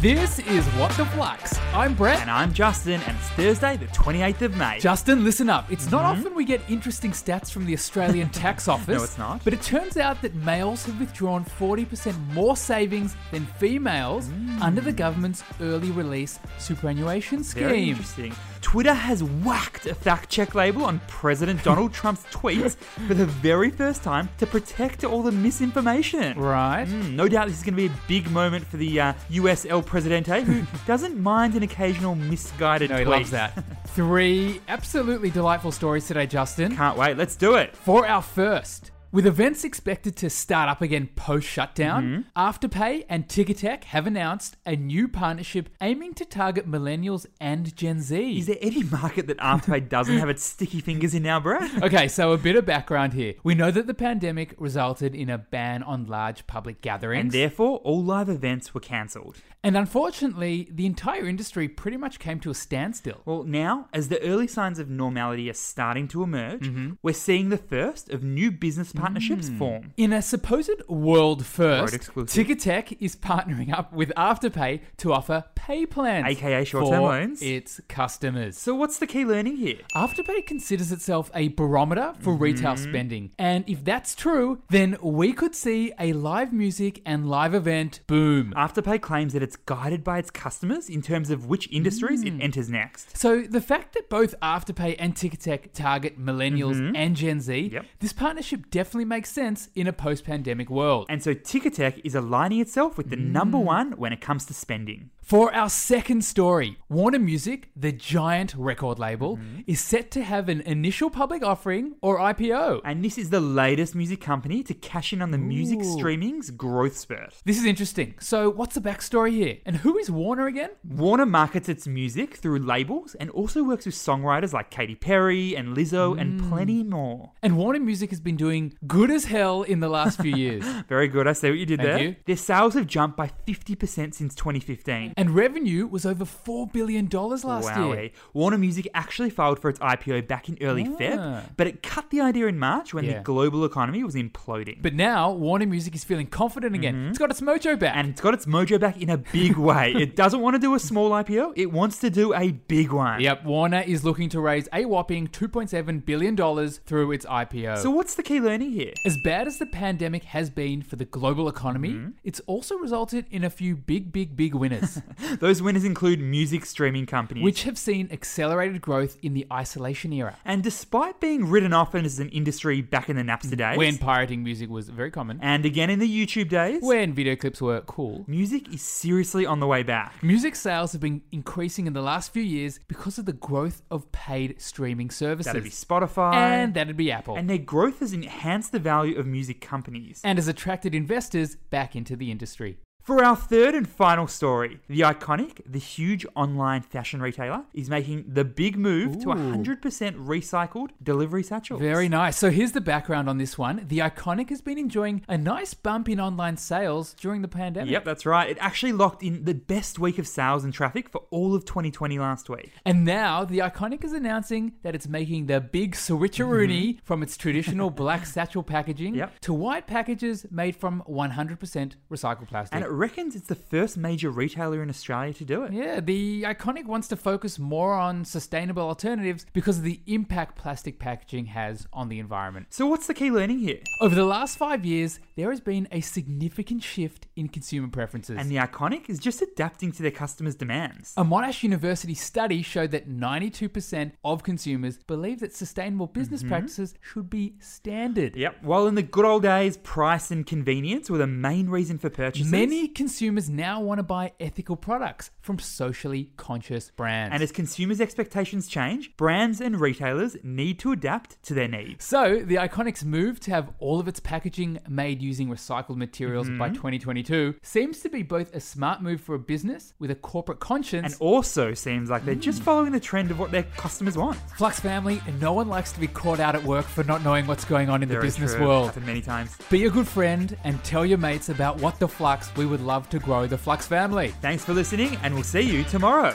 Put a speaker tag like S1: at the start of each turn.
S1: This is What the Flux. I'm Brett.
S2: And I'm Justin, and it's Thursday, the 28th of May.
S1: Justin, listen up. It's not often we get interesting stats from the Australian Tax Office.
S2: Mm-hmm. it's not.
S1: But it turns out that males have withdrawn 40% more savings than females
S2: Mm.
S1: under the government's early release superannuation scheme.
S2: Very interesting. Twitter has whacked a fact check label on President Donald Trump's tweets for the very first time to protect all the misinformation.
S1: Right?
S2: Mm, no doubt this is going to be a big moment for the uh, US El Presidente, who doesn't mind an occasional misguided
S1: No, he
S2: tweet.
S1: loves that. Three absolutely delightful stories today, Justin.
S2: Can't wait. Let's do it.
S1: For our first, with events expected to start up again post shutdown,
S2: Mm-hmm.
S1: Afterpay and Ticketek have announced a new partnership aiming to target millennials and Gen Z.
S2: Is there any market that Afterpay doesn't have its sticky fingers in now, Brett?
S1: Okay, so a bit of background here. We know that the pandemic resulted in a ban on large public gatherings.
S2: And therefore, all live events were cancelled.
S1: And unfortunately, the entire industry pretty much came to a standstill.
S2: Well, now, as the early signs of normality are starting to emerge, we're seeing the first of new business partnerships form.
S1: In a supposed world first,
S2: Road exclusive.
S1: Ticketek is partnering up with Afterpay to offer pay plans,
S2: AKA short-term
S1: for
S2: loans.
S1: its customers.
S2: So, what's the key learning here?
S1: Afterpay considers itself a barometer for retail spending, and if that's true, then we could see a live music and live event boom.
S2: Afterpay claims that it's guided by its customers in terms of which industries it enters next.
S1: So the fact that both Afterpay and Ticketek target millennials and Gen Z,
S2: Yep.
S1: this partnership definitely makes sense in a post-pandemic world.
S2: And so, Ticketek is aligning itself with the number one when it comes to spending.
S1: For our second story, Warner Music, the giant record label, is set to have an initial public offering or IPO.
S2: And this is the latest music company to cash in on the music
S1: Ooh.
S2: streaming's growth spurt.
S1: This is interesting. So, what's the backstory here? And who is Warner again?
S2: Warner markets its music through labels and also works with songwriters like Katy Perry and Lizzo and plenty more.
S1: And Warner Music has been doing good as hell in the last few years.
S2: Very good. I see what you did
S1: Thank
S2: there.
S1: you.
S2: Their sales have jumped by 50% since 2015.
S1: And revenue was over $4 billion last year.
S2: Wowee. eh? Warner Music actually filed for its IPO back in early
S1: Ah.
S2: Feb, but it cut the idea in March when
S1: Yeah.
S2: the global economy was imploding.
S1: But now Warner Music is feeling confident again. It's got its mojo back.
S2: Mm-hmm. and it's got its mojo back in a big way. it doesn't want to do a small IPO, it wants to do a big one.
S1: yep, Warner is looking to raise a whopping $2.7 billion through its IPO.
S2: So, what's the key learning here?
S1: as bad as the pandemic has been for the global economy,
S2: Mm-hmm.
S1: it's also resulted in a few big, big, big winners,
S2: Those winners include music streaming companies.
S1: which have seen accelerated growth in the isolation era,
S2: and despite being written off as an industry back in the Napster days,
S1: when pirating music was very common,
S2: and again in the YouTube days,
S1: when video clips were cool.
S2: music is seriously on the way back.
S1: Music sales have been increasing in the last few years because of the growth of paid streaming services.
S2: That'd be Spotify.
S1: and that'd be Apple.
S2: and their growth has enhanced the value of music companies.
S1: and has attracted investors back into the industry.
S2: For our third and final story, the iconic, the huge online fashion retailer is making the big move to
S1: Ooh.
S2: 100% recycled delivery satchels.
S1: Very nice. So here's the background on this one. The Iconic has been enjoying a nice bump in online sales during the pandemic.
S2: Yep, that's right. It actually locked in the best week of sales and traffic for all of 2020 last week.
S1: And now the Iconic is announcing that it's making the big switcheroonie from its traditional black satchel packaging
S2: Mm-hmm. Yep.
S1: to white packages made from 100% recycled plastic.
S2: And it reckons it's the first major retailer in Australia to do it.
S1: Yeah, the Iconic wants to focus more on sustainable alternatives because of the impact plastic packaging has on the environment.
S2: So, what's the key learning here?
S1: Over the last five years, there has been a significant shift in consumer preferences.
S2: And the iconic is just adapting to their customers' demands.
S1: a Monash University study showed that 92% of consumers believe that sustainable business
S2: Mm-hmm.
S1: practices should be standard.
S2: Yep. While in the good old days, price and convenience were the main reason for purchases.
S1: Many consumers now want to buy ethical products from socially conscious brands.
S2: And as consumers' expectations change, brands and retailers need to adapt to their needs.
S1: So, the Iconic's move to have all of its packaging made using recycled materials
S2: Mm-hmm.
S1: by 2022 seems to be both a smart move for a business with a corporate conscience.
S2: And also seems like they're just following the trend of what their customers want.
S1: Flux family, no one likes to be caught out at work for not knowing what's going on in the
S2: Very
S1: business
S2: true.
S1: world.
S2: Happened many times.
S1: Be a good friend and tell your mates about what the Flux. We would love to grow the Flux family.
S2: Thanks for listening, and we'll see you tomorrow.